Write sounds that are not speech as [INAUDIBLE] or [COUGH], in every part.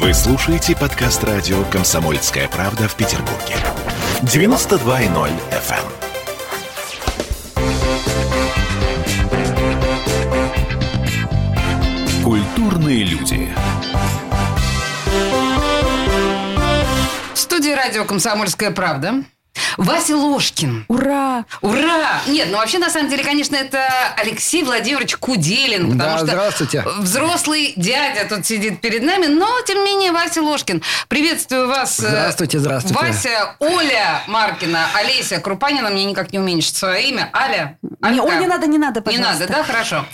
Вы слушаете подкаст радио «Комсомольская правда» в Петербурге. 92.0 FM. Культурные люди. В студии радио «Комсомольская правда». Вася Ложкин. Ура! Ура! Нет, ну вообще, на самом деле, конечно, это Алексей Владимирович Куделин. Потому Да, что здравствуйте. Взрослый дядя тут сидит перед нами, но, тем не менее, Вася Ложкин. Приветствую вас. э, Здравствуйте, здравствуйте. Вася, Оля Маркина, Олеся Крупанина, мне никак не уменьшить свое имя. Аля, А Не, Алька. Оль, не надо, не надо, Не пожалуйста. надо, да? Хорошо.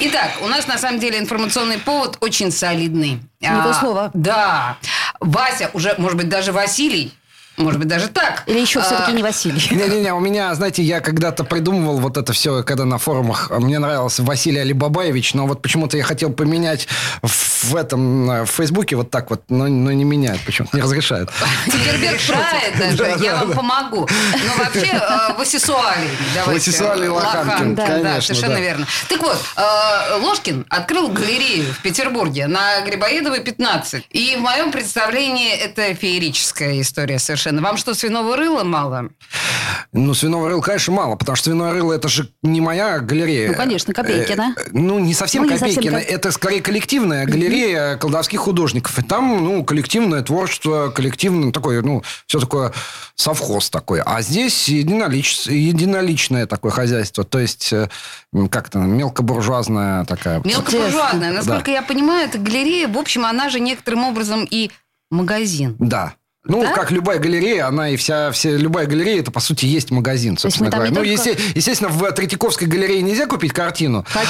Итак, у нас на самом деле информационный повод очень солидный. А, Не то слово. Да. Вася, уже, может быть, даже Василий, может быть, даже так. Или еще А, все-таки не Василий. Не-не-не, у меня, знаете, я когда-то придумывал вот это все, когда на форумах. а, Мне нравился Василий Алибабаевич, но вот почему-то я хотел поменять в этом, э, в Фейсбуке вот так вот, но, но не меняет, почему-то не разрешают. [LAUGHS] Цукерберг шает даже, я вам помогу. Но вообще э, Васисуалий. давайте. Васисуалий Лоханкин, Лоханкин, да, конечно, совершенно да. верно. Так вот, э, Ложкин открыл галерею в Петербурге на Грибоедовой 15. И в моем представлении это феерическая история совершенно. Вам что, свиного рыла мало? Ну, свиного рыла, конечно, мало, потому что свиное рыло это же не моя галерея. Ну, конечно, Копейкина. Э, э, Ну, не совсем Ну, не совсем Копейкина. Коп- Это скорее коллективная галерея колдовских художников. И там, ну, коллективное творчество, коллективное такое, ну, все такое совхоз такой. А здесь единолич... единоличное такое хозяйство. То есть, э, м, как то мелкобуржуазная такая. Мелкобуржуазная. Насколько Да. я понимаю, это галерея, в общем, она же некоторым образом и магазин. Да. Ну, Да? как любая галерея, она и вся, все, любая галерея, это, по сути, есть магазин, есть собственно мы там говоря. не Ну, только- есте- естественно, в Третьяковской галерее нельзя купить картину, Хотя...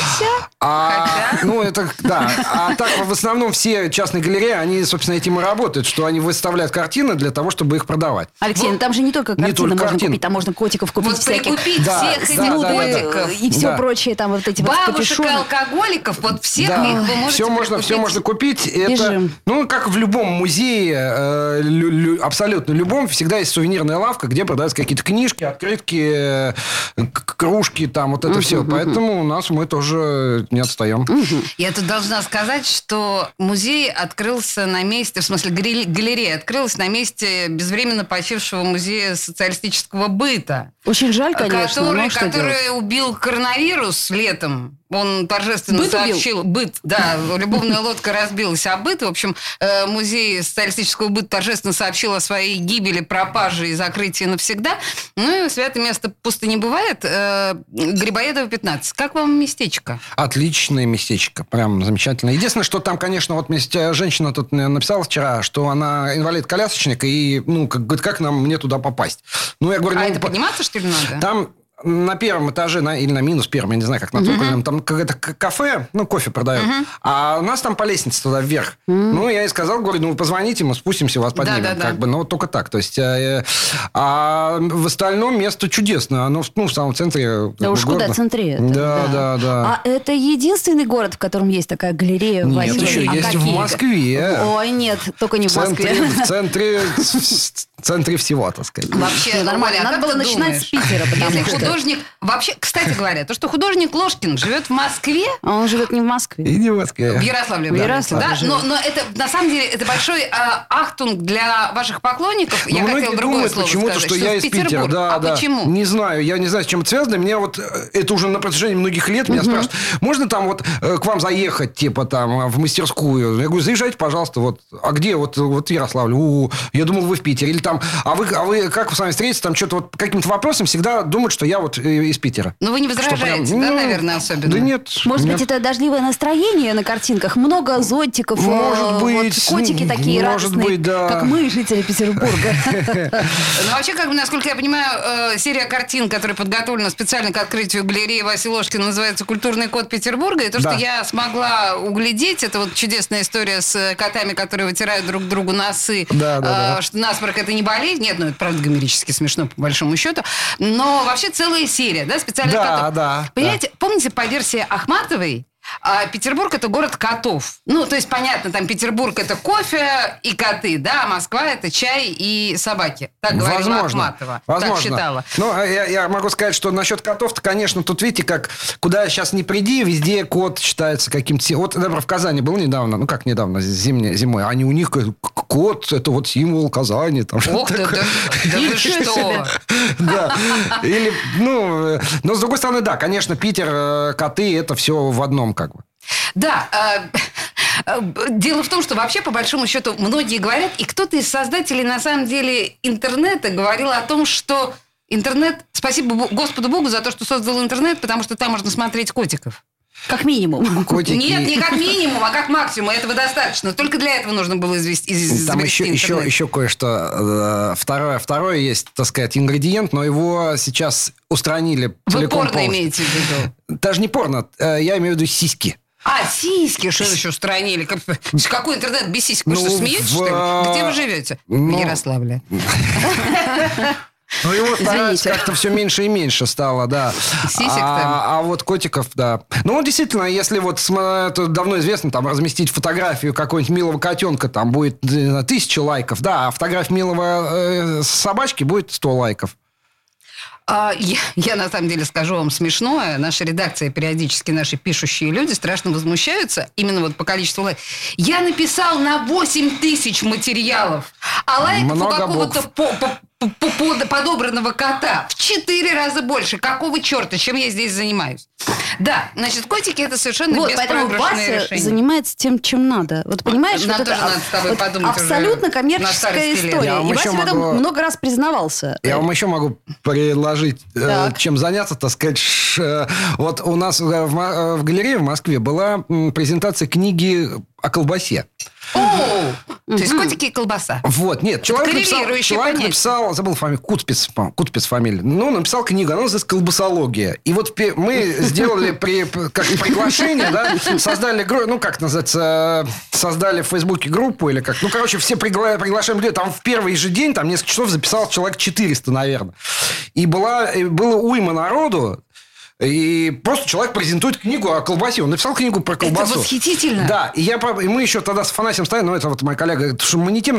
А, Хотя- ну, это, да. А так, в основном, все частные галереи, они, собственно, этим и работают, что они выставляют картины для того, чтобы их продавать. Алексей, ну там же не только Не картины только можно картины. купить, там можно котиков купить Вот всяких. прикупить Да, всех этих да, Ну, да, вот, да. котиков. э, и все Да. прочее, там вот эти вот Бабушек и капюшоны. алкоголиков, вот всех их вы можете все можно, все прикупить. можно купить. Это, Бежим. ну, как в любом музее, э, лю- лю- абсолютно любом, всегда есть сувенирная лавка, где продаются какие-то книжки, открытки, э, к- кружки, там вот это все. Поэтому у нас мы тоже не отстаем. Я тут должна сказать, что музей открылся на месте, в смысле галере- галерея открылась на месте безвременно почившего музея социалистического быта, Очень А жаль, Ну, конечно, А который, но что который делать? убил коронавирус летом. Он торжественно Быт убил? сообщил. Быт, да, любовная лодка разбилась о быт. В общем, э, музей социалистического быта торжественно сообщил о своей гибели, пропаже и закрытии навсегда. Ну и святое место пусто не бывает. Э, Грибоедова, 15. Как вам местечко? Отличное местечко, прям замечательно. Единственное, что там, конечно, вот мне с- э, женщина тут э, написала вчера, что она инвалид-колясочник, и, ну, как, говорит, как нам мне туда попасть? Ну, я говорю, А ну, это по- подниматься, что ли, надо? там на первом этаже, на, или на минус первом, я не знаю, как на цокольном, там какое-то к- кафе, ну, кофе продают, а у нас там по лестнице туда вверх. Ну, я и сказал, говорю, ну, позвоните, мы спустимся, вас поднимем. да, да. как бы, ну, вот только так. То есть, э, э, а в остальном место чудесно. Оно, в- ну, в самом центре как Да бы, уж куда города. центре Да, да, да. А это единственный город, в котором есть такая галерея Нет, Василия? еще А есть в какие? Москве. Ой, нет, только не В в Москве. центре, в [LAUGHS] центре, в центре всего, так сказать. Вообще, Ну, нормально, Оля, а надо как было ты начинать думаешь? с Питера, потому Если что- художник... Вообще, кстати говоря, то, что художник Ложкин живет в Москве, А он живет не в Москве. И не э, в Москве. в Ярославле, В да, Ярославле да, живет. но, но это, на самом деле, это большой а, ахтунг для ваших поклонников. Но я ну, многие хотела другое думают слово почему-то, сказать, что, в я из Питера. Петербург. Да, а да. почему? Не знаю, я не знаю, с чем это связано. Меня вот э, это уже на протяжении многих лет меня спрашивают, можно там вот э, к вам заехать, типа там э, в мастерскую? Я говорю, заезжайте, пожалуйста, вот. А где вот, э, вот в Ярославле? У, я думал, вы в Питере. Или там, а вы, а вы как вы с вами встретитесь? Там что-то вот по каким-то вопросам всегда думают, что я вот э, из Питера. Ну, вы не Что прям, возражаете, да, ну, наверное, особенно? Да нет. Может нет. быть, это дождливое настроение на картинках? Много зонтиков, э, Может вот быть, котики такие может радостные, быть, да. как мы, жители Петербурга. [LAUGHS] Ну, вообще, как бы, насколько я понимаю, э, серия картин, которая подготовлена специально к открытию галереи Василия Ложкина, называется «Культурный код Петербурга». И то, Да. что я смогла углядеть, это вот чудесная история с э, котами, которые вытирают друг другу носы. Да, да, Э, да. Что насморк – это не болезнь. Нет, ну, это правда гомерически смешно, по большому счету. Но вообще целая серия, да, специальных Да, котов. да, Понимаете, помните по версии Ахматовой, А Петербург – это город котов. Ну, то есть, понятно, там Петербург – это кофе и коты, да, а Москва – это чай и собаки. Так говорила Ахматова. Так считала. Ну, а я, я могу сказать, что насчет котов-то, конечно, тут видите, как куда сейчас не приди, везде кот считается каким-то... си- Вот, например, в Казани был недавно, ну, как недавно, зимне, зимой, они у них к- кот, это вот символ Казани. Там, Ох [LAUGHS] ты, да, такое. да вы что? [LAUGHS] Да. Или, ну, э, но с другой стороны, да, конечно, Питер, э, коты, это все в одном как бы. Да, э, э, дело в том, что вообще, по большому счету, многие говорят, и кто-то из создателей, на самом деле, интернета говорил о том, что интернет... Спасибо Бо- Господу Богу за то, что создал интернет, потому что там можно смотреть котиков. Как минимум. Котики. Нет, не как минимум, а как максимум. Этого достаточно. Только для этого нужно было извести, из- Там изобрести еще, еще, интернет. еще кое-что. э, Второе, второе есть, так сказать, ингредиент, но его сейчас устранили Вы целиком порно полностью. имеете в виду? Даже не порно, э, я имею в виду сиськи. А, сиськи, что еще устранили? Как- Какой интернет без сиськ? Вы Ну, что, смеетесь, в- что ли? Где вы живете? Ну, в Ярославле. Ну, его стараются Извините. как-то все меньше и меньше стало, да. Сисек там. а, а вот котиков, да. Ну, действительно, если вот, см- это давно известно, там, разместить фотографию какого-нибудь милого котенка, там будет э, тысяча лайков, да, а фотография милого э, собачки будет 100 лайков. А, я, я на самом деле скажу вам смешное. Наша редакция периодически, наши пишущие люди страшно возмущаются именно вот по количеству лайков. Я написал на 8 тысяч материалов, а лайков Много у какого-то букв. по- по- по- под- подобранного кота в 4 раза больше. Какого черта? Чем я здесь занимаюсь? Да, значит, котики это совершенно Вот, поэтому э, беспроигрышное Вася решение. занимается тем, чем надо. Вот понимаешь, нам вот это тоже надо с тобой вот подумать уже абсолютно на коммерческая старости лет. Я история. вам И еще Вася в этом могу- много раз признавался. Я вам еще могу предложить, э, э, Так. чем заняться, так сказать. ш- э, вот у нас э, в, Мо- э, в галерее в Москве была м, презентация книги о колбасе. Оу! То есть котики и колбаса. Вот, нет, человек написал, коррелирующие человек понятия. написал, забыл фамилию, Кутпис, по-моему, Кутпис фамилия. Ну, он написал книгу, она называется «Колбасология». И вот пе- мы сделали при, как приглашение, да, создали, гру- ну, как называется, э, создали в Фейсбуке группу или как. Ну, короче, все пригла- приглашаем людей. Там в первый же день, там несколько часов записал человек 400, наверное. И была, и было уйма народу, и просто человек презентует книгу о колбасе. Он написал книгу про колбасу. восхитительно. Да, и, я, про- и мы еще тогда с Афанасием Сталиным, ну, это вот моя коллега, говорит, что мы не тем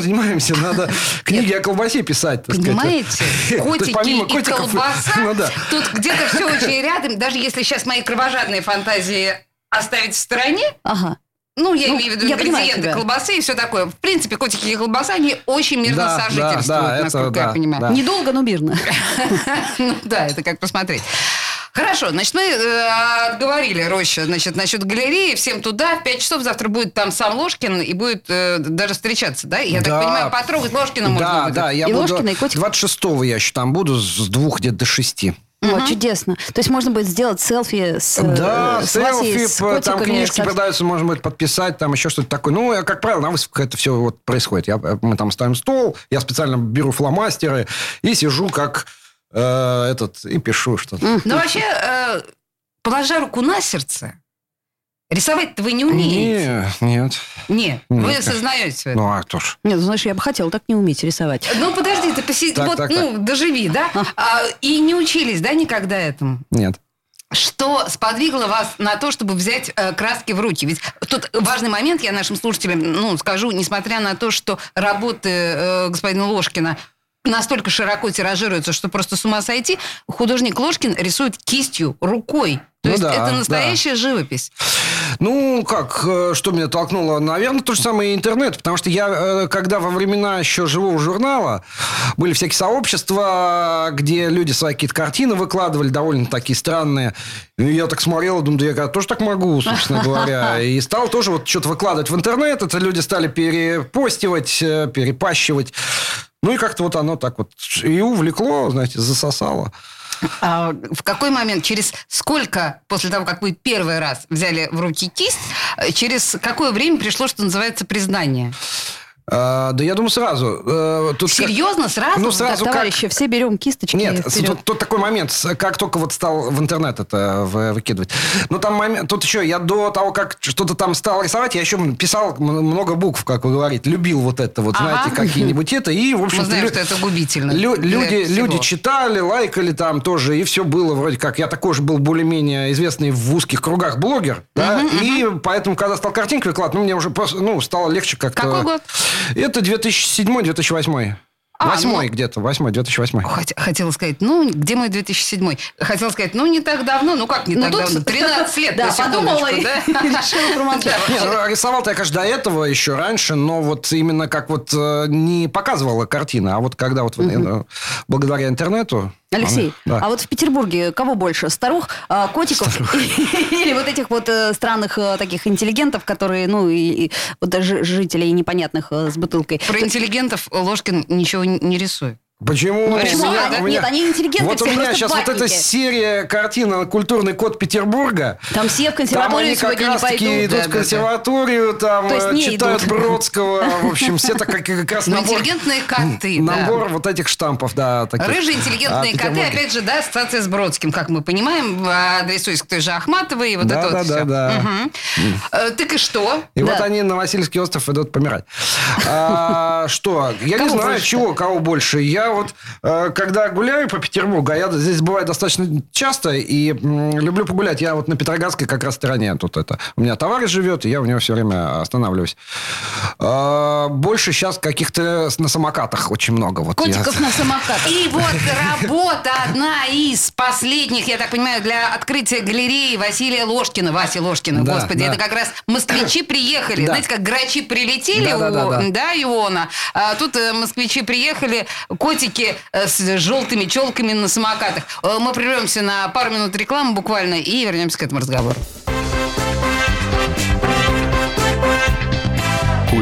[LAUGHS] занимаемся, надо книги о колбасе писать. так сказать. Понимаете? [LAUGHS] То есть помимо Котики и котиков, колбаса. [LAUGHS] Ну да. Тут где-то все очень рядом. Даже если сейчас мои кровожадные фантазии оставить в стороне, Ага. ну, я Ну, имею в виду я понимаю ингредиенты тебя. колбасы и все такое. В принципе, котики и колбаса, они очень мирно Да, да, сожительствуют, да, это насколько да, я понимаю. да. Недолго, но [LAUGHS] мирно. [LAUGHS] Ну да, это как посмотреть. Хорошо, значит, мы э, отговорили Роща, значит, насчет галереи, всем туда, в 5 часов завтра будет там сам Ложкин и будет э, даже встречаться, да? Я Да. так понимаю, потрогать Ложкина можно Да, будет. да, я И буду... Ложкина, и котика. 26-го я еще там буду, с двух где-то до шести. О, чудесно. То есть можно будет сделать селфи с э, Да, с Васей, селфи, с п- там котиками, книжки со- продаются, можно будет подписать, там еще что-то такое. Ну, я, как правило, на выставках это все вот происходит. Я, э, мы там ставим стол, я специально беру фломастеры и сижу как э, этот, и пишу что-то. Но вообще, э, положа руку на сердце, рисовать-то вы не умеете. Не, нет. Нет. Нет, Вы конечно. осознаете это. Ну, а кто ж. Нет, ну, знаешь, я бы хотела так не уметь рисовать. Ну, подожди, ты посиди, Так, вот, так, ну, доживи, да? А, и не учились, да, никогда этому? Нет. Что сподвигло вас на то, чтобы взять э, краски в руки? Ведь тут важный момент, я нашим слушателям ну, скажу, несмотря на то, что работы э, господина Ложкина настолько широко тиражируются, что просто с ума сойти, художник Ложкин рисует кистью, рукой. То Ну есть да, это да. настоящая живопись. Ну, как, э, что меня толкнуло? Наверное, то же самое и интернет. Потому что я, э, когда во времена еще живого журнала, были всякие сообщества, где люди свои какие-то картины выкладывали, довольно такие странные. И я так смотрел, думаю, да я тоже так могу, собственно говоря. И стал тоже вот что-то выкладывать в интернет. Это люди стали перепостивать, э, перепащивать. Ну, и как-то вот оно так вот и увлекло, знаете, засосало. А в какой момент, через сколько, после того, как вы первый раз взяли в руки кисть, э, через какое время пришло, что называется, признание? А, да я думаю, сразу. Э, тут как- Серьезно, сразу? Ну, Так, Так, сразу как... товарищи, все берем кисточки. Нет, и с- вперед. тут, тут такой момент, с- как только вот стал в интернет это в- выкидывать. Ну, там момент, тут еще, я до того, как что-то там стал рисовать, я еще писал м- много букв, как вы говорите, любил вот это вот, Ага. знаете, какие-нибудь это, и, в общем Мы знаем, что это губительно. Лю- для люди, всего. люди читали, лайкали там тоже, и все было вроде как. Я такой же был более-менее известный в узких кругах блогер, да, и поэтому, когда стал картинки выкладывать, ну, мне уже просто, ну, стало легче как-то. Какой год? Это 2007-2008. А, Восьмой ну- где-то, восьмой, 2008. Хот- Хотела сказать, ну, где мой 2007? Хотела сказать, ну, не так давно, ну, как не Ну, так тут- давно? 13 лет, Да, на секундочку, подумала и да? [LAUGHS] решила промолчать. Да. Не, ну, рисовал-то я, конечно, до этого еще раньше, но вот именно как вот э, не показывала картина, а вот когда вот э, благодаря интернету... Алексей, она- да. а вот в Петербурге кого больше? Старух, а, котиков [LAUGHS] или вот этих вот э, странных э, таких интеллигентов, которые, ну, и, и вот даже жителей непонятных э, с бутылкой? Про интеллигентов Ложкин ничего не не рисует. Почему? Ну, У рисует, меня- да? у меня- А, Нет, они интеллигенты, Вот у все меня просто сейчас вот эта ватники. серия картина «Культурный код Петербурга». Там все в Там консерваторию они как сегодня не раз-таки пойдут. идут да, в да, да. консерваторию, там То есть э, не читают идут. Бродского. [LAUGHS] В общем, все так как как раз Ну, набор... интеллигентные коты, да. Набор вот этих штампов, да, таких. Рыжие А, интеллигентные коты, Петербурга. опять же, да, ассоциация с Бродским, как мы понимаем, адресуясь к той же Ахматовой, и вот Да, это да, вот да, все. да. Так и что? И Да. вот они на Васильевский остров идут помирать. А, [LAUGHS] что? Я не Кого знаю, больше-то? чего, кого больше. Я вот, э, когда гуляю по Петербургу, а я здесь бываю достаточно часто и м, люблю погулять. Я вот на Петроградской как раз стороне тут это. У меня товарищ живет, и я у него все время останавливаюсь. А, больше сейчас каких-то с- на самокатах очень много. Вот я- Котиков на самокатах. И вот работа одна из последних, я так понимаю, для открытия галереи Василия Ложкина. Вася Ложкина, Да, господи, да. это как раз москвичи приехали. Да. Знаете, как грачи прилетели Да, да, да, да. у да, Иона. А тут э, москвичи приехали, котики э, с желтыми челками на самокатах. Э, Мы прервемся на пару минут рекламы буквально и вернемся к этому разговору.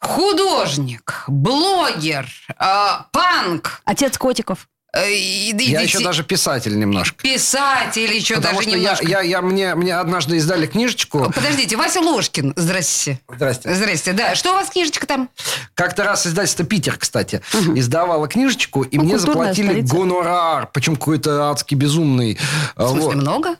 художник, блогер, э, панк. Отец котиков. э, и- и- Я и- еще даже писатель немножко. Писатель еще Потому даже что я, немножко. я, я- мне, мне однажды издали книжечку. Подождите, Вася Ложкин, здрасте. Здрасте. Здрасте, да. Что у вас книжечка там? Как-то раз издательство «Питер», кстати, издавало книжечку, и Ну, мне культурная заплатили столица. гонорар, причем какой-то адский безумный. В смысле, Вот. много?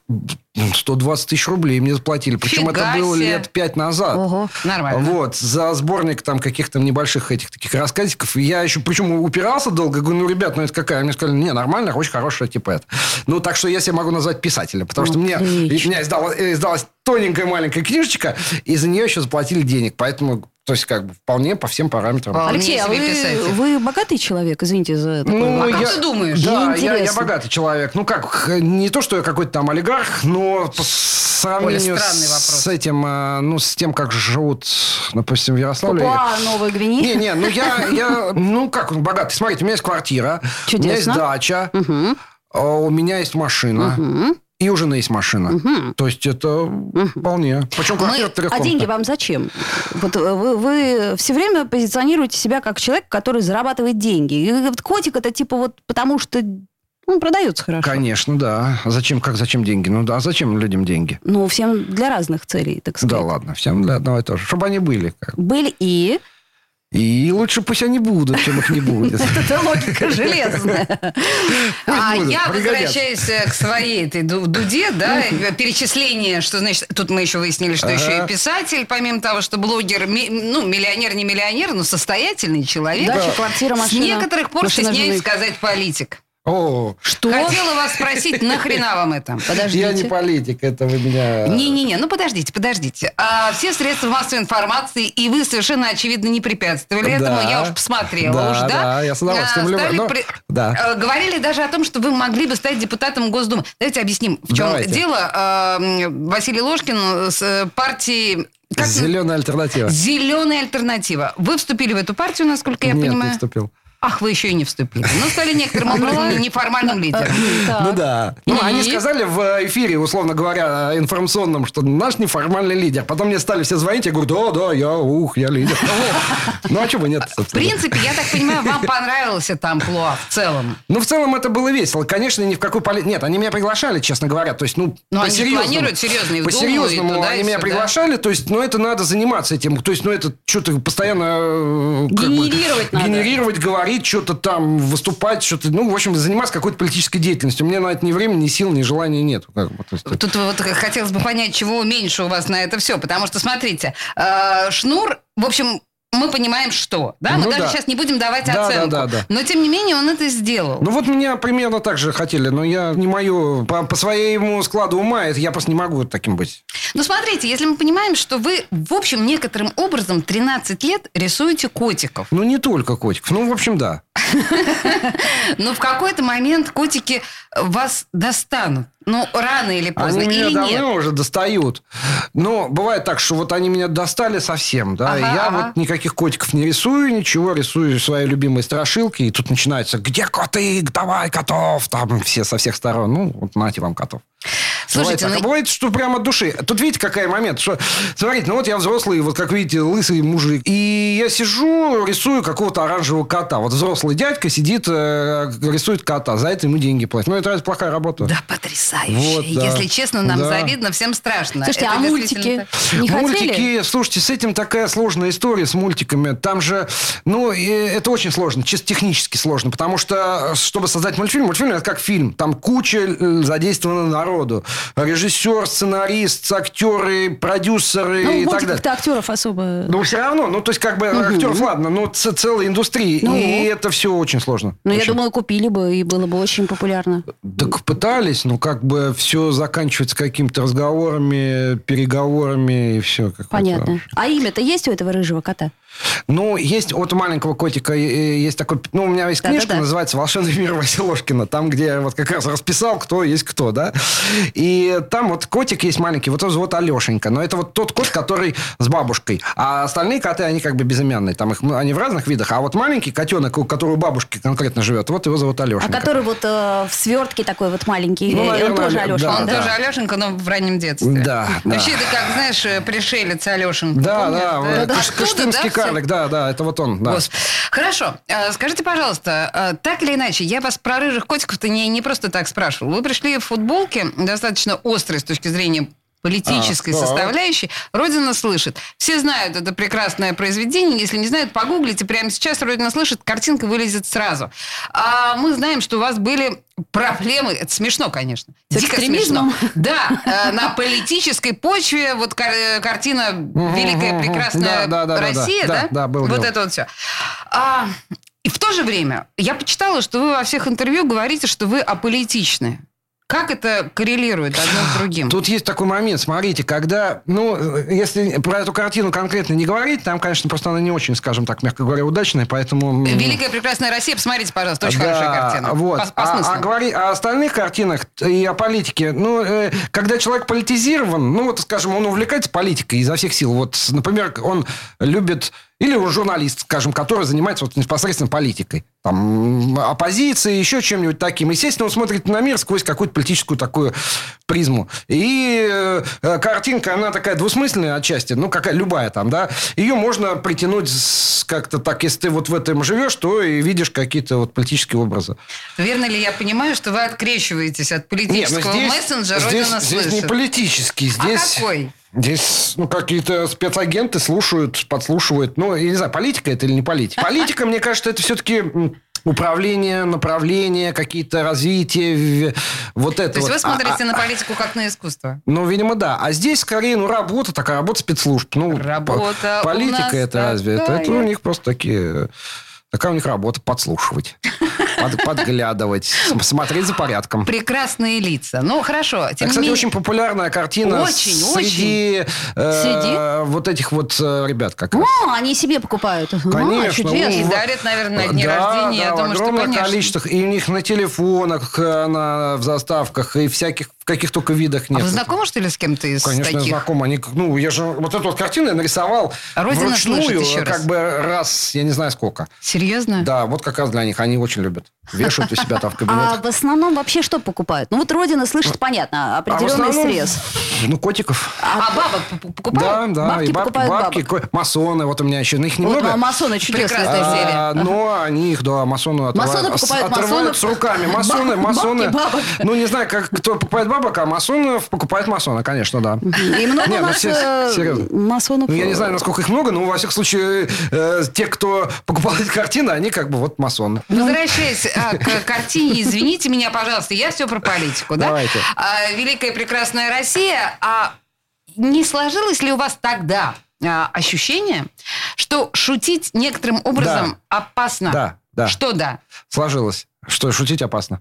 120 тысяч рублей мне заплатили. Причем Фига это было себе. лет пять назад. Ого. Нормально. Вот, за сборник там каких-то небольших этих таких рассказиков. И я еще, причем упирался долго, говорю, ну, ребят, ну это какая? Мне сказали, не, нормально, очень хорошая, типа это. Ну, так что я себя могу назвать писателем, потому что мне, Отлично. и меня издала- э, издалась тоненькая маленькая книжечка, и за нее еще заплатили денег. Поэтому, то есть, как бы, вполне по всем параметрам. Вполне Алексей, а себе вы, писатель. вы богатый человек, извините за такой Ну, вопрос. а как ты думаешь? Да, Мне я, я интересно. богатый человек. Ну как, х- не то, что я какой-то там олигарх, но по сравнению странный с, вопрос. этим, а, ну, с тем, как живут, допустим, в Ярославле. Папуа, Новая Гвинея. Не-не, ну я, я, ну как он богатый? Смотрите, у меня есть квартира, у меня есть Чудесно. дача, а, у меня есть машина. И у жены есть машина. То есть это вполне. Причем квартира А трехкомнатная. деньги вам зачем? Вот э, вы, вы все время позиционируете себя как человек, который зарабатывает деньги. И вот котик это типа вот потому что он продается хорошо. Конечно, да. А Зачем, как зачем деньги? Ну да, а зачем людям деньги? Ну, всем для разных целей, так Да сказать. ладно, всем для одного и того же. Чтобы они были. как бы. Были и... И лучше пусть они будут, чем их не будет. Это [LAUGHS] логика железная. А будут, я пригодятся. Ну. возвращаюсь э, к своей этой ду- дуде, да, э, перечисление, что значит, тут мы еще выяснили, что еще и писатель, помимо того, что блогер, ми- ну, миллионер, не миллионер, но состоятельный человек. Дача, квартира, С машина. некоторых пор машина стесняюсь жены. сказать политик. О, Что? Хотела вас спросить, нахрена вам это? я не Подождите. политик, это вы меня... Не-не-не, ну подождите, подождите. А, все средства массовой информации, и вы совершенно очевидно не препятствовали Да. этому. Я уж посмотрела Да, уж, да? А, да, я с удовольствием люблю, стали но- да. э, Говорили даже о том, что вы могли бы стать депутатом Госдумы. Давайте объясним, в чем Давайте. дело. А, м, Василий Ложкин с э, партии... как- Зеленая альтернатива. Зеленая альтернатива. Вы вступили в эту партию, насколько я Нет, понимаю? не вступил. Ах, вы еще и не вступили. Ну, стали некоторым образом неформальным [LAUGHS] лидером. Ну да. Ну, И? они сказали в эфире, условно говоря, информационном, что наш неформальный лидер. Потом мне стали все звонить, я говорю, да, да, я, ух, я лидер. [LAUGHS] Ну, а чего бы нет, В собственно. принципе, я так понимаю, вам понравился там амплуа в целом. Ну, в целом это было весело. Конечно, ни в какую поли... Нет, они меня приглашали, честно говоря. То есть, ну, Ну, они по-серьезному. планируют серьезно и в Думу, и По-серьезному туда, они и меня сюда. приглашали. То есть, ну, это надо заниматься этим. То есть, ну, это что-то постоянно... э, как бы, Генерировать надо. Генерировать, говорить, что-то там, выступать, что-то... Ну, в общем, заниматься какой-то политической деятельностью. У меня на это ни времени, ни сил, ни желания нет. Как бы, то есть, Тут вот хотелось бы понять, чего меньше у вас на это все. Потому что, смотрите, э, шнур, в общем, мы понимаем, что. Да, мы Ну даже да. сейчас не будем давать Да, да, оценку. да, да. Но тем не менее, он это сделал. Ну вот меня примерно так же хотели, но я не мою, по, по своему складу ума, это я просто не могу таким быть. Ну, смотрите, если мы понимаем, что вы, в общем, некоторым образом 13 лет рисуете котиков. Ну не только котиков, ну в общем да. Но в какой-то момент котики вас достанут. Ну, рано или поздно. Они меня или нет. давно уже достают. Но бывает так, что вот они меня достали совсем, да, и Ага, я ага. вот никаких котиков не рисую, ничего, рисую свои любимые страшилки, и тут начинается, где коты, давай котов, там все со всех сторон, ну вот нате вам котов. Слушайте, бывает, так. ну, А бывает, что прямо от души. Тут видите, какая момент. Что, смотрите, ну вот я взрослый, вот как видите, лысый мужик. И я сижу, рисую какого-то оранжевого кота. Вот взрослый дядька сидит, э, рисует кота. За это ему деньги платят. Ну, это разве плохая работа? Да, потрясающе. Вот, да. Если честно, нам Да. завидно, всем страшно. Слушайте, Это а действительно мультики так. не хотели? Мультики, слушайте, с этим такая сложная история с мультиками. Там же, ну, э, это очень сложно, чисто технически сложно, потому что, э, чтобы создать мультфильм, мультфильм это как фильм, там куча э, задействовано народу. Режиссер, сценарист, актеры, продюсеры Ну, и в так далее. мультиках-то актеров особо... Ну, все равно, ну, то есть, как бы, актеров, ладно, но ц- целая индустрия, Ну. и это все очень сложно. Ну, я Очень. думала, купили бы, и было бы очень популярно. Так пытались, но как бы все заканчивается какими-то разговорами, переговорами и все. Понятно. А имя-то есть у этого рыжего кота? Ну, есть от маленького котика, э, э, есть такой, ну, у меня есть Да-да-да. книжка, называется «Волшебный мир Василия Ложкина», там, где я вот как раз расписал, кто есть кто, да. И там вот котик есть маленький, вот его зовут Алешенька, но это вот тот кот, который с бабушкой, а остальные коты, они как бы безымянные, там их, м- они в разных видах, а вот маленький котенок, у которого бабушки конкретно живет, вот его зовут А Алешенька. который вот э, в свертке такой вот маленький, Ну, э, он наверное, тоже да, Алешенька, Он да. тоже Алешенька, но в раннем детстве. Да, да. Вообще, это как, знаешь, э, пришелец Алешенька. Да, помнишь, да, вот Откуда, Кыш- да, Кыштымский всё? карлик, да, да, это вот он, да. Господи. Хорошо. Э, Скажите, пожалуйста, э, так или иначе, я вас про рыжих котиков-то не, не просто так спрашивал. Вы пришли в футболке, достаточно острой с точки зрения политической А, да. составляющей. Родина слышит. Все знают это прекрасное произведение. Если не знают, погуглите. Прямо сейчас Родина слышит, картинка вылезет сразу. А мы знаем, что у вас были проблемы. Это смешно, конечно. С Дико экстремизмом? смешно. Да, э, на политической почве вот кар- э, картина «Великая мгм. прекрасная Да, да, да, да, да. Россия», Да, да? да, было Вот дело. это вот все. и в то же время я почитала, что вы во всех интервью говорите, что вы аполитичны. Как это коррелирует одно с другим? Тут есть такой момент, смотрите, когда, ну, э, если про эту картину конкретно не говорить, там, конечно, просто она не очень, скажем так, мягко говоря, удачная, поэтому... м, «Великая прекрасная Россия», посмотрите, пожалуйста, очень да, хорошая картина. Вот. По- по а, смыслу. а говори о остальных картинах и о политике. Ну, э, когда человек политизирован, ну, вот, скажем, он увлекается политикой изо всех сил. Вот, с- например, он любит... Или он журналист, скажем, который занимается вот непосредственно политикой. там, оппозицией, еще чем-нибудь таким. Естественно, он смотрит на мир сквозь какую-то политическую такую призму. И э, картинка, она такая двусмысленная отчасти, ну, какая любая там, да. Ее можно притянуть с- как-то так, если ты вот в этом живешь, то и видишь какие-то вот политические образы. Верно ли я понимаю, что вы открещиваетесь от политического мессенджера ну здесь, «Родина здесь не слышит»? политический, А здесь... какой? Здесь, ну, какие-то спецагенты слушают, подслушивают. Ну, я не знаю, политика это или не [LAUGHS] политика. Политика, мне кажется, это все-таки управление, направление, какие-то развития, в- вот это То есть вот. вы смотрите А- а- на политику как на искусство? Ну, видимо, да. А здесь скорее, ну, работа такая, работа спецслужб. Ну, Работа по- у политика нас это разве? Это, это у такая. них просто такие... Такая у них работа подслушивать, под- подглядывать, см- смотреть за порядком. Прекрасные лица. Ну, хорошо. Тем А, не Кстати, менее- очень популярная картина Очень, среди, э, Среди? вот этих вот э, ребят как раз. О, они себе покупают. А, Конечно, чудесно. И в- дарят, наверное, на дни Да, рождения. да, я в думаю, что, огромных конечно. количествах. И у них на телефонах, э, на, в заставках, и всяких, в каких только видах А нет. ну, вы знакомы, что ли, с кем-то из Конечно, таких? знаком. Они, как- ну, я же вот эту вот картину я нарисовал «Родина вручную, э, слышит» еще как раз. А. бы раз, я не знаю сколько. Серьезно? Да, вот как раз для них. Они очень любят. Вешают у себя там в А кабинетах. в основном вообще что покупают? Ну вот Родина слышит, понятно, А в определенный основном, срез. Ну, котиков. А бабок п- покупают? Да, да, Бабки и бабки, покупают бабки, ко- масоны, вот у меня еще, ну, их Вот немного. ну, а масоны чудесная Прекрасная история. серия. А, Но они их, да, масоны отрывают, Масоны покупают отрывают масонов. с руками. Масоны, Баб- масоны. бабки, бабок. Ну, не знаю, как кто покупает бабок, а масонов покупает масона, конечно, да. И много Не, у ну, нас се- э, серьезно. масонов. э, Ну, я не знаю, насколько их много, но, во всяком случае, э, те, кто покупал эти картины, они как бы вот масоны. Возвращаясь а, к картине, извините меня, пожалуйста, я все про политику, да? Давайте. А, Великая и прекрасная Россия, а не сложилось ли у вас тогда а, ощущение, что шутить некоторым образом опасно? Да, да. Что да? Сложилось. Что, шутить опасно?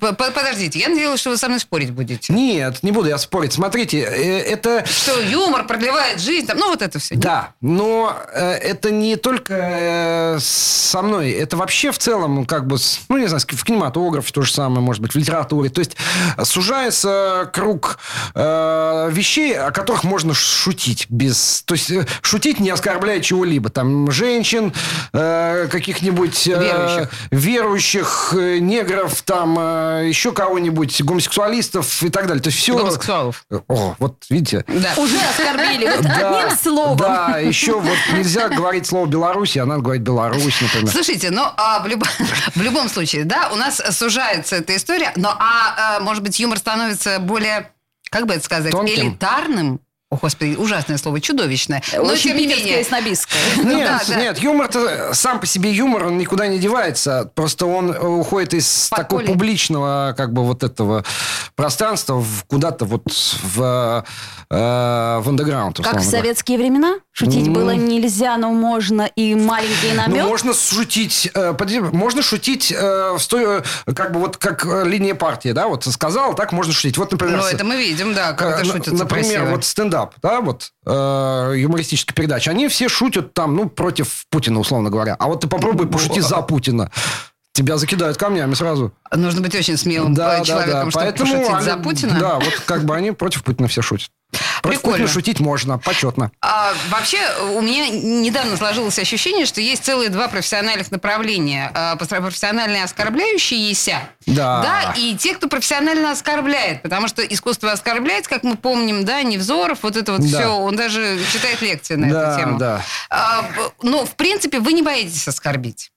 П- п- Подождите, я надеялась, что вы со мной спорить будете. Нет, не буду я спорить. Смотрите, э, это... Что юмор продлевает жизнь, там, ну вот это все. Да, но э, это не только э, со мной, это вообще в целом, как бы, с- ну, не знаю, с- в кинематографе то же самое, может быть, в литературе. То есть э, сужается круг э, вещей, о которых можно шутить без... То есть э, шутить, не оскорбляя чего-либо. Там женщин, э, каких-нибудь... э, Верующих. верующих, э, негров, там, э, еще кого-нибудь, гомосексуалистов и так далее. То есть все... Гомосексуалов. О, вот видите, Да. Уже [LAUGHS] оскорбили вот одним словом. ну, да, еще вот нельзя говорить слово Беларусь, а надо говорить Беларусь, например. Слушайте, ну а в, любо- [LAUGHS] в любом случае, да, у нас сужается эта история, но а, а, может быть юмор становится более, как бы это сказать, Тонким. элитарным. О, господи, ужасное слово, чудовищное. Ну, Но Очень тем не питерская и менее. снобистская. Ну Нет, да, да. нет, юмор-то сам по себе юмор, он никуда не девается. Просто он э, уходит из Подполье. такого публичного, как бы вот этого пространства в- куда-то вот в, э, в андеграунд. Как условно в говоря. советские времена? Шутить было нельзя, но можно и маленький намек. Ну, можно шутить, э, подожди, можно шутить э, в сто- э, как бы вот как э, линия партии, да, вот сказал, так можно шутить. Вот, например, Ну, с- это мы видим, да, как это Э, шутится Например, красиво. вот стендап, да, вот э, юмористическая передача. Они все шутят там, ну, против Путина, условно говоря. А вот ты Ну, попробуй пошути за Путина. Тебя закидают камнями сразу. Нужно быть очень смелым э, человеком, чтобы пошутить за они- Путина. Да, вот как бы они против Путина все шутят. Против Прикольно. Путина шутить можно, почетно. А, вообще, у меня недавно сложилось ощущение, что есть целые два профессиональных направления. А, постро- Профессиональные оскорбляющиеся, Да. да, и те, кто профессионально оскорбляет. Потому что искусство оскорблять, как мы помним, да, Невзоров, вот это вот Да. все, он даже читает лекции на Да, эту тему. да. А, в- ну, в принципе, вы не боитесь оскорбить.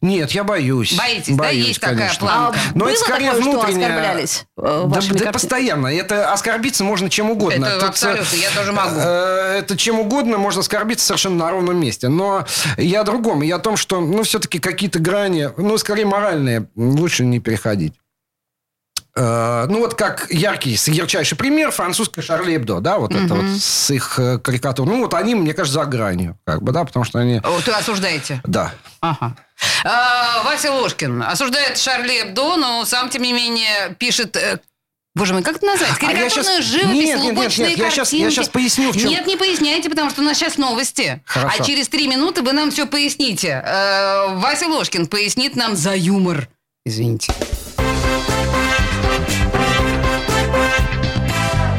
Нет, я боюсь. Боитесь, да, есть такая конечно. планка. А Но было это скорее такое, что внутреннее. оскорблялись э, Да, вашими да картинами? постоянно. Это оскорбиться можно чем угодно. Это Тут, э, абсолютно, я тоже могу. э, Это чем угодно можно оскорбиться совершенно на ровном месте. Но я о другом. Я о том, что, ну, все-таки какие-то грани, ну, скорее моральные, лучше не переходить. Э, Ну, вот как яркий, с- ярчайший пример французская Шарли Эбдо, да, вот это вот с их э, карикатур. Ну, вот они, мне кажется, за гранью, как бы, да, потому что они... О, Ты осуждаете. Да. Ага. А, Вася Ложкин осуждает Шарли Эбдо, но сам, тем не менее, пишет... э, Боже мой, как это назвать? А я Карикатурную щас- живопись, Нет, нет, нет, лубочные нет, я щас- я картинки. щас поясню, в чем- Нет, не поясняйте, потому что у нас сейчас новости. Хорошо. А через три минуты вы нам все поясните. Э, Вася Ложкин пояснит нам за юмор. Извините.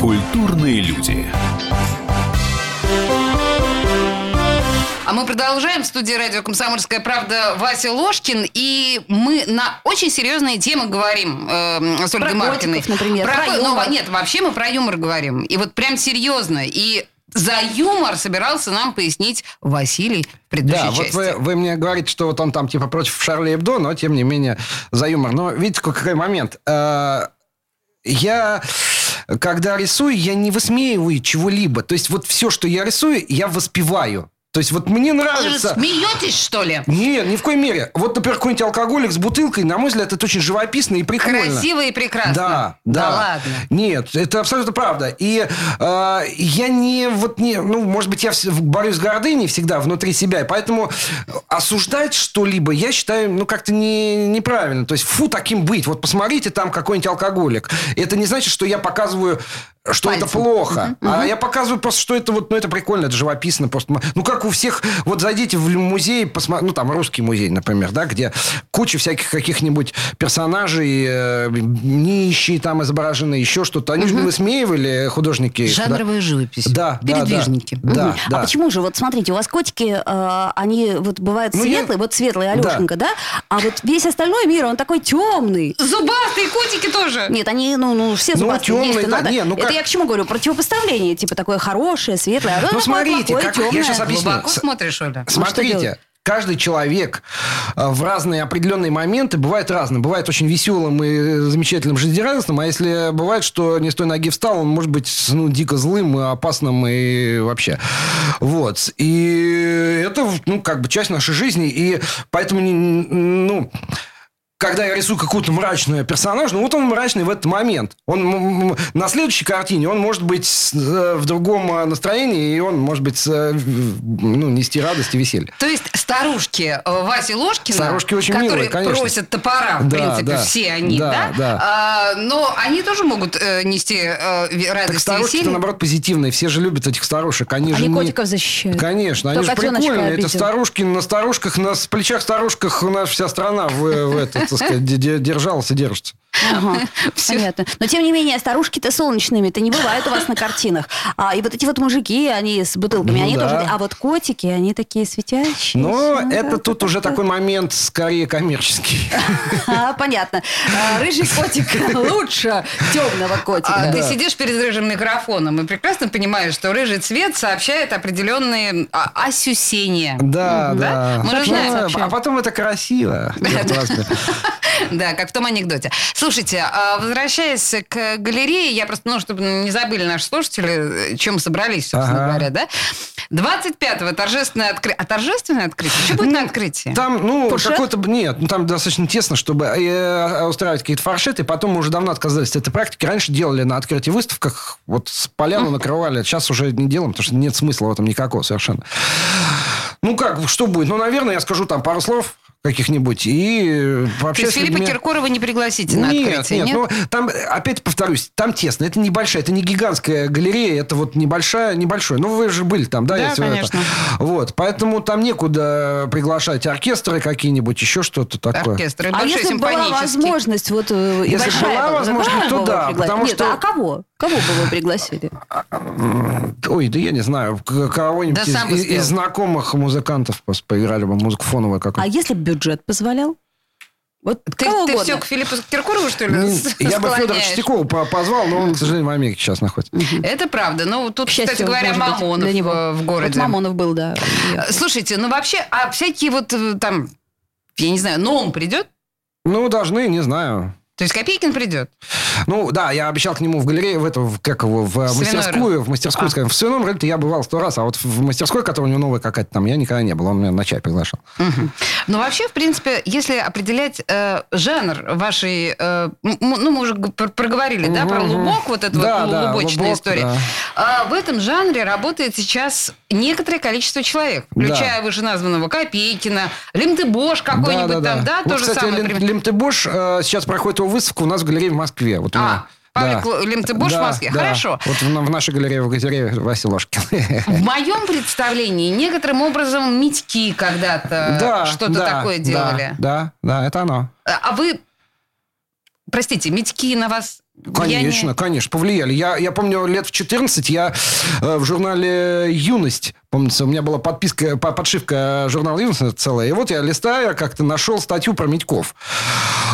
Культурные люди. А мы продолжаем. В студии радио «Комсомольская правда» Вася Ложкин. И мы на очень серьезные темы говорим э, с Ольгой Про Маркиной. котиков, например, про ну, юмор. Нет, вообще мы про юмор говорим. И вот прям серьезно. И за юмор собирался нам пояснить Василий в предыдущей Да, вот части. вы, вы мне говорите, что вот он там типа против Шарли Эбдо, но тем не менее за юмор. Но видите, какой- какой момент. Э, Я, когда рисую, я не высмеиваю чего-либо. То есть вот все, что я рисую, я воспеваю. То есть вот мне Вы же нравится... смеетесь, что ли? Нет, ни в коей мере. Вот, например, какой-нибудь алкоголик с бутылкой, на мой взгляд, это очень живописно и прикольно. Красиво и прекрасно. Да, да. Да ладно. Нет, это абсолютно правда. И э, я не, вот не, ну, может быть, я вс- борюсь с гордыней всегда внутри себя, и поэтому осуждать что-либо я считаю, ну, как-то не, неправильно. То есть, фу, таким быть. Вот посмотрите, там какой-нибудь алкоголик. Это не значит, что я показываю что это Пальцем. плохо. А я показываю просто, что это вот, ну, это прикольно, это живописно. Просто, м- ну, как у всех, вот зайдите в лю- музей, посмо- ну, там, русский музей, например, да, где куча всяких каких-нибудь персонажей, э, нищие там изображены, еще что-то. Они же высмеивали э, художники. Жанровая живопись. Да, да, да. Передвижники. Да, Мгм. да. А почему же? Вот смотрите, у вас котики, э, они вот бывают Ну, я- светлые, вот светлый Алешенька, да. А вот весь остальной мир, он такой темный. Зубастые котики тоже. Нет, они, ну, ну все Ну, зубастые, тёмные, есть и да, надо. не, ну Это как- я к чему говорю? Противопоставление, типа такое хорошее, светлое. а Ну, такое смотрите, плохое, как- я тёмное. щас объясню. Глубоко С- смотришь, Оля? ну, что Смотрите, делать? каждый человек э, в разные определенные моменты бывает разным. Бывает очень веселым и э, замечательным жизнерадостным, а если бывает, что не с той ноги встал, он может быть ну, дико злым, и опасным и вообще. Вот. И это, ну, как бы часть нашей жизни, и поэтому, не- ну, когда я рисую какую-то мрачную персонаж, ну вот он мрачный в этот момент. Он м- м- на следующей картине он может быть с- э, в другом э, настроении, и он может быть с, э, в- ну, нести радость и веселье. То есть старушки э, Васи Ложкина, Старушки очень которые милые, конечно. просят топора, в Да, принципе, да. все они, Да, да? да. А, но они тоже могут э, нести э, ве- Так радость и старушки веселье. наоборот, позитивные. Все же любят этих старушек. Они, же Они не- котиков защищают. Конечно, Кто они же котеночка прикольные. обидел? Это старушки на старушках, на с- плечах старушках у нас вся страна в, э, в это, так сказать, де- де- держалась и держится. [LAUGHS] Ага, понятно. Но тем не менее, старушки-то солнечными-то не бывают у вас на картинах. А, и вот эти вот мужики, они с бутылками, Ну они да. тоже... А вот котики, они такие ну светящие. Но это тут уже такой момент скорее коммерческий. А, понятно. А, Рыжий котик [LAUGHS] лучше темного котика. А, Ты Да. сидишь перед рыжим микрофоном и прекрасно понимаешь, что рыжий цвет сообщает определенные а, осюсения. Да, Мгм, да. Мы же знаем. Ну, А потом это [LAUGHS] красиво. Черт возьми. Да, как в том анекдоте. Слушайте, а, возвращаясь к галерее, я просто, ну, чтобы не забыли наши слушатели, э, чем собрались, собственно Ага. говоря, да? 25-го торжественное открытие. А торжественное открытие? Что будет на открытии? Там, ну, Фуршет? какой-то... Нет, ну, там достаточно тесно, чтобы э, устраивать какие-то фаршеты. Потом мы уже давно отказались от этой практики. Раньше делали на открытии выставках, вот с поляну накрывали. Сейчас уже не делаем, потому что нет смысла в этом никакого совершенно. Ну, как, что будет? Ну, наверное, я скажу там пару слов каких-нибудь. И э, То вообще... есть с Филиппа людьми- Киркорова не пригласите на Нет, открытие? нет, ну, там, э, опять повторюсь, там тесно. Это небольшая, это не гигантская галерея, это вот небольшая, небольшая. Ну, вы же были там, да? Да, вы это- конечно. Вот, поэтому там некуда приглашать оркестры какие-нибудь, еще что-то такое. Оркестр, и А Э, большой если бы была симфонический. возможность, вот э, и Если бы большая была была, возможность, какая то бы вы да, пригла- потому Нет, что- а кого? Кого бы вы пригласили? А Ой, да я не знаю, к- кого-нибудь Да из, сам бы из- спел. из знакомых музыкантов просто поиграли бы, музыку фоновую А какую-то. если бы бюджет позволял? Вот Ты, кого ты угодно. все к Филиппу Киркорову, что ли, Не- с- Я бы Федора склоняешь? Чистякова по- позвал, но он, к сожалению, в Америке сейчас находится. Это правда. Ну, тут, К счастью, кстати говоря, может быть, Мамонов для него. э, в городе. Вот Мамонов был, да. Э, Слушайте, ну вообще, а всякие вот э, там, я не знаю, но он придет? Ну, должны, не знаю. То есть Копейкин придет? Ну, да, я обещал к нему в галерее, в эту, в- как его, в э, Свиной мастерскую, в А. мастерскую, скажем. В свином рынке я бывал сто раз, а вот в мастерской, которая у него новая какая-то там, я никогда не был, он меня на чай приглашал. Но Ну, вообще, в принципе, если определять э, жанр вашей... э, м- м- ну, мы уже г- пр- проговорили, да, про Мгм. лубок, вот эта Да, вот да, лубочная лубок, история. да. А в этом жанре работает сейчас некоторое количество человек, включая вышеназванного Копейкина, Лимтебош какой-нибудь там, да, Вот, то же кстати, самое. Лим, Лимтебош, э, сейчас проходит его выставка у нас в галерее в Москве. Вот у меня. А, Павлик Л- Лимтебош в Москве. Хорошо. Э, Вот в, в нашей галерее, в галерее Васи Ложкин. [LAUGHS] В моем представлении некоторым образом Митьки когда-то что-то да, такое да, делали. Да, да, это оно. А а вы, простите, Митьки на вас влияние- Конечно, конечно, повлияли. Я, я помню, лет в 14 я э, в журнале «Юность», помнится, у меня была подписка, по- подшивка журнала «Юность» целая. И вот я листаю, как-то нашел статью про Митьков.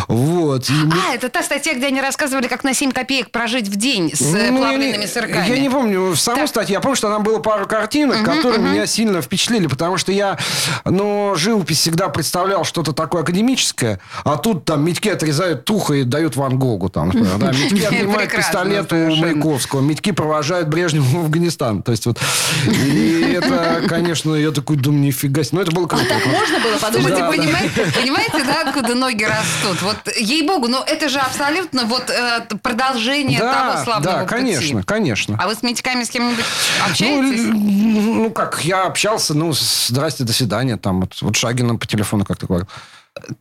Вот. и мне- А, это та статья, где они рассказывали, как на 7 копеек прожить в день с э, Ну, я плавленными не- сырками. Я не помню саму статью. Я помню, что там было пару картинок, которые меня сильно впечатлили, потому что я, ну, живопись всегда представлял что-то такое академическое, а тут там Митьки отрезают тухо и дают Ван Гогу. Там, например, [LAUGHS] да. Митьки отнимают Прекрасно пистолет у Маяковского, Митьки провожают Брежнева в Афганистан. То есть вот... И это, конечно, я такой думаю, нифига себе. Но это было круто. Можно было подумать? Слушайте, Да, да. понимаете, понимаете, да, откуда ноги растут? Вот, ей-богу, но это же абсолютно вот э, продолжение того Да, славного да, конечно, пути. конечно. А вы с Митьками с кем-нибудь Ну, общаетесь? л- ну, как, я общался, ну, с- здрасте, до свидания, там, вот, вот Шагином по телефону как-то говорил.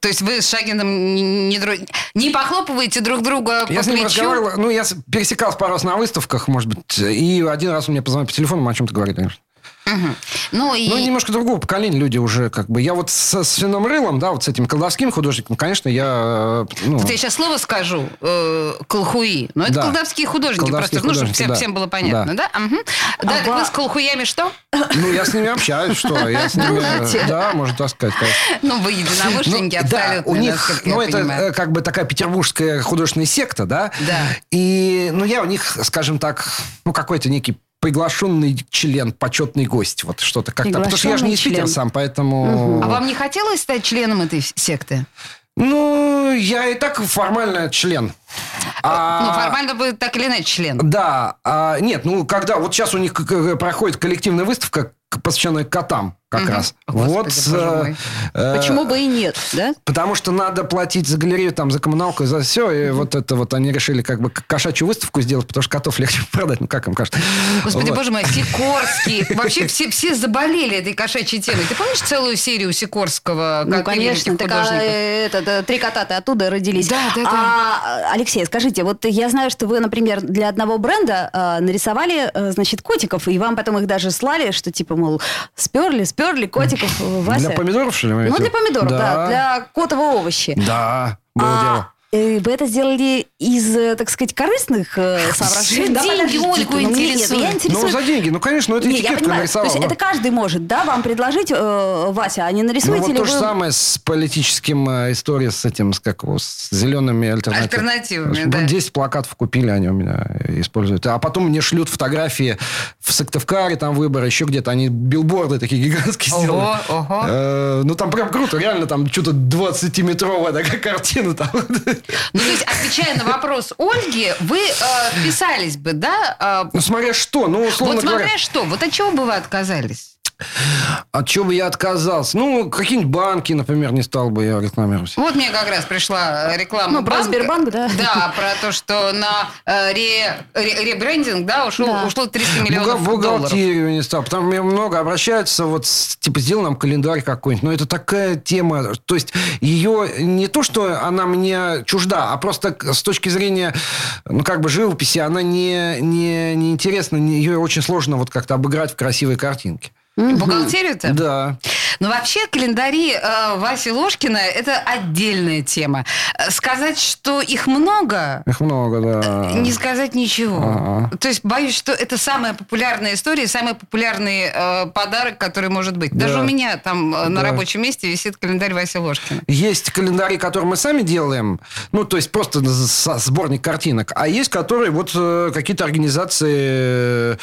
То есть вы с Шагином не, не дру- не похлопываете друг друга Я по с ним плечу? разговаривал, ну, я с- пересекался пару раз на выставках, может быть, и один раз он мне позвонил по телефону, мы о чем-то говорили. Мгм. Ну, и... Ну, немножко другого поколения люди уже, как бы. Я вот со свиным рылом, да, вот с этим колдовским художником, конечно, я... э, Ну, Вот я сейчас слово скажу, э, колхуи. Но это Да. колдовские художники, Колдовские просто, ну, чтобы художники, всем, да. А всем было понятно, да? Мгм. Да, так вы с колхуями что? ну, я с ними общаюсь, что? Я с ними... Дружите? э, Да, можно так сказать, конечно. Ну, вы единомышленники абсолютно, Да, у них, насколько я ну, это понимаю. э, как бы такая петербургская художественная секта, да? Да. И, ну, я у них, скажем так, ну, какой-то некий приглашенный член, почетный гость, вот что-то как-то. Потому что я же не из Приглашенный Питера член. сам, поэтому... А вам не хотелось стать членом этой секты? Ну, я и так формально член. А- Ну, формально вы так или иначе член. Да, а, нет, ну когда вот сейчас у них к- к- проходит коллективная выставка, к- посвященная котам как Мгм. раз. О, Господи, вот. э, боже мой. Почему бы и нет, да? Потому что надо платить за галерею, там, за коммуналку, и за все. И вот это вот они решили как бы к- кошачью выставку сделать, потому что котов легче [LAUGHS] продать. Ну, как им кажется. Господи, Вот. боже мой, Сикорский. Вообще все, все заболели этой кошачьей темой. Ты помнишь целую серию Сикорского? Ну, как именно конечно, этих так, а, художников? э, это, да, три кота-то оттуда родились. да, да. А, э, Алексей, скажите, вот я знаю, что вы, например, для одного бренда э, нарисовали, э, значит, котиков, и вам потом их даже слали, что типа, мол, сперли, сперли котиков, э, Вася. Для помидоров, что ли? вы Ну, имеете для в виду? помидоров, да, для котового овощи. Да, было дело. Э, Вы это сделали из, э, так сказать, корыстных э, соображений? Да, деньги подождите, Ольгу ну, нет, интересуют. я интересую- Ну, за деньги. Ну, конечно, ну, это Не, я этикетка понимаю. То нарисовала. есть это каждый может, да, вам предложить, э, Вася, а не Ну, нарисуете вот ли то же вы- самое с политическим э, историей, с этим, с как его, с зелеными альтернативами. Альтернативами, да. 10 плакатов купили, они у меня э, используют. А потом мне шлют фотографии в Сыктывкаре, там выборы, еще где-то. Они билборды такие гигантские Ого, сделали. ого. Э, ну, там прям круто, реально, там что-то 20-метровая такая [LAUGHS] картина. Там. Ну, то есть, отвечая на вопрос Ольги, вы э, вписались бы, да? э, Ну, смотря что, ну, условно вот смотря говоря. что, вот от чего бы вы отказались? От чего бы я отказался? Ну, какие-нибудь банки, например, не стал бы я рекламировать. Вот мне как раз пришла э, реклама Ну, про банка. Сбербанк, да. Да, про то, что на э, ре- ре- ребрендинг, да, ушел, Да. ушло 300 Бухга- миллионов долларов. бухгалтерию не стал. Потому мне много обращаются, вот, с- типа, сделал нам календарь какой-нибудь. Но это такая тема. То есть, ее не то, что она мне чужда, а просто к- с точки зрения, ну, как бы, живописи, она не, не, не интересна. не- Ее очень сложно вот как-то обыграть в красивой картинке. Бухгалтерию-то? Да. Но Ну, вообще календари э, Васи Ложкина – это отдельная тема. Э, Сказать, что их много, Их много, да. не сказать ничего. Ага. То есть боюсь, что это самая популярная история, и самый популярный э, подарок, который может быть. Даже Да. у меня там э, на Да. рабочем месте висит календарь Васи Ложкина. Есть календари, которые мы сами делаем, ну, то есть просто с- сборник картинок, а есть которые вот э, какие-то организации э,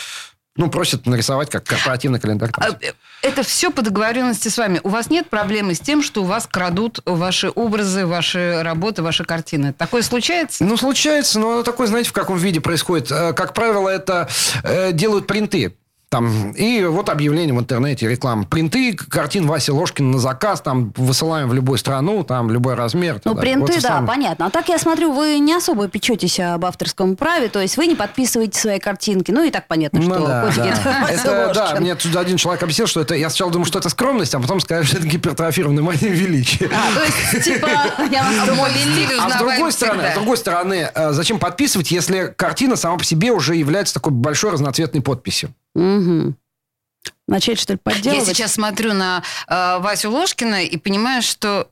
Ну, просят нарисовать как корпоративный календарь. там. А, э, Это все по договоренности с вами. У вас нет проблемы с тем, что у вас крадут ваши образы, ваши работы, ваши картины. Такое случается? Ну, случается, но оно такое, знаете, в каком виде происходит. Э, Как правило, это э, делают принты. Там, и вот объявление в интернете, реклама. Принты картин Васи Ложкина на заказ, там высылаем в любую страну, там любой размер. Ну, т.д. принты, Вот и да, сам- понятно. А так я смотрю, вы не особо печетесь об авторском праве, то есть вы не подписываете свои картинки. Ну, и так понятно, Ну что да, котики [LAUGHS] да. это Вася Это, да, Ложкин. мне тут один человек объяснил, что это, я сначала думал, что это скромность, а потом сказали, что это гипертрофированная мания величия. А, то [LAUGHS] есть, типа, я вас Мой думаю, лелили, А с другой стороны, с другой стороны, э, зачем подписывать, если картина сама по себе уже является такой большой разноцветной подписью? Мгм. Начать, что ли, Я подделывать? сейчас смотрю на э, Васю Ложкина и понимаю, что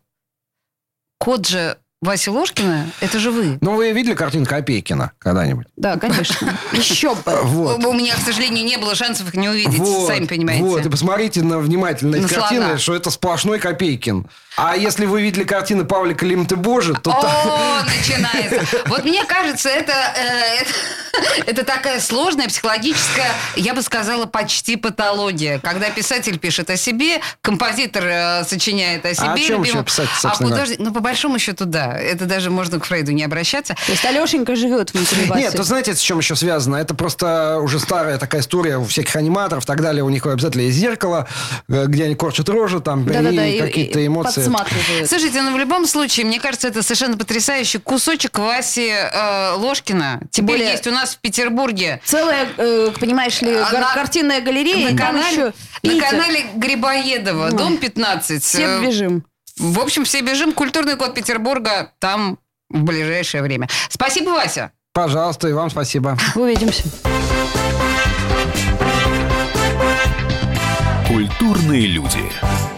кот же Васи Ложкина, это же вы. Ну, вы видели картину Копейкина когда-нибудь? [LAUGHS] Да, конечно. Еще бы. Вот. У меня, к сожалению, не было шансов их не увидеть, Вот, Ну, сами понимаете. Вот, и посмотрите на внимательно На эти картины, слона. что это сплошной Копейкин. А если вы видели картины Павла Климта Божи, то там... О, начинается. Вот мне кажется, это, э, это, это такая сложная психологическая, я бы сказала, почти патология. Когда писатель пишет о себе, композитор э, сочиняет о себе. А о чем любимом, еще писать, а собственно говоря? художник, ну, по большому счету, да. Это даже можно к Фрейду не обращаться. То есть Алешенька живет внутри вас. Нет, то знаете, с чем еще связано? Это просто уже старая такая история у всяких аниматоров и так далее. У них обязательно есть зеркало, э, где они корчат рожи, там, Да-да-да, и и- какие-то и эмоции. подсматривает. Слушайте, ну в любом случае, мне кажется, это совершенно потрясающий кусочек Васи э, Ложкина. Теперь более- есть у нас в Петербурге. Целая, э, понимаешь ли, А гар- на- картинная галерея, и на, там канале, еще на Питер. канале Грибоедова, Ой. дом 15. Все Э, бежим. В общем, все бежим. Культурный код Петербурга там в ближайшее время. Спасибо, Вася. Пожалуйста, и вам спасибо. Увидимся. Культурные люди.